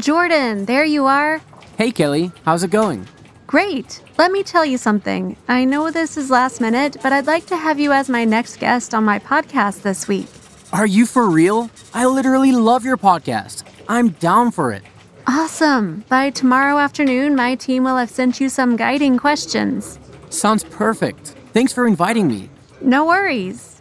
Jordan, there you are. Hey, Kelly, how's it going? Great. Let me tell you something. I know this is last minute, but I'd like to have you as my next guest on my podcast this week. Are you for real? I literally love your podcast. I'm down for it. Awesome. By tomorrow afternoon, my team will have sent you some guiding questions. Sounds perfect. Thanks for inviting me. No worries.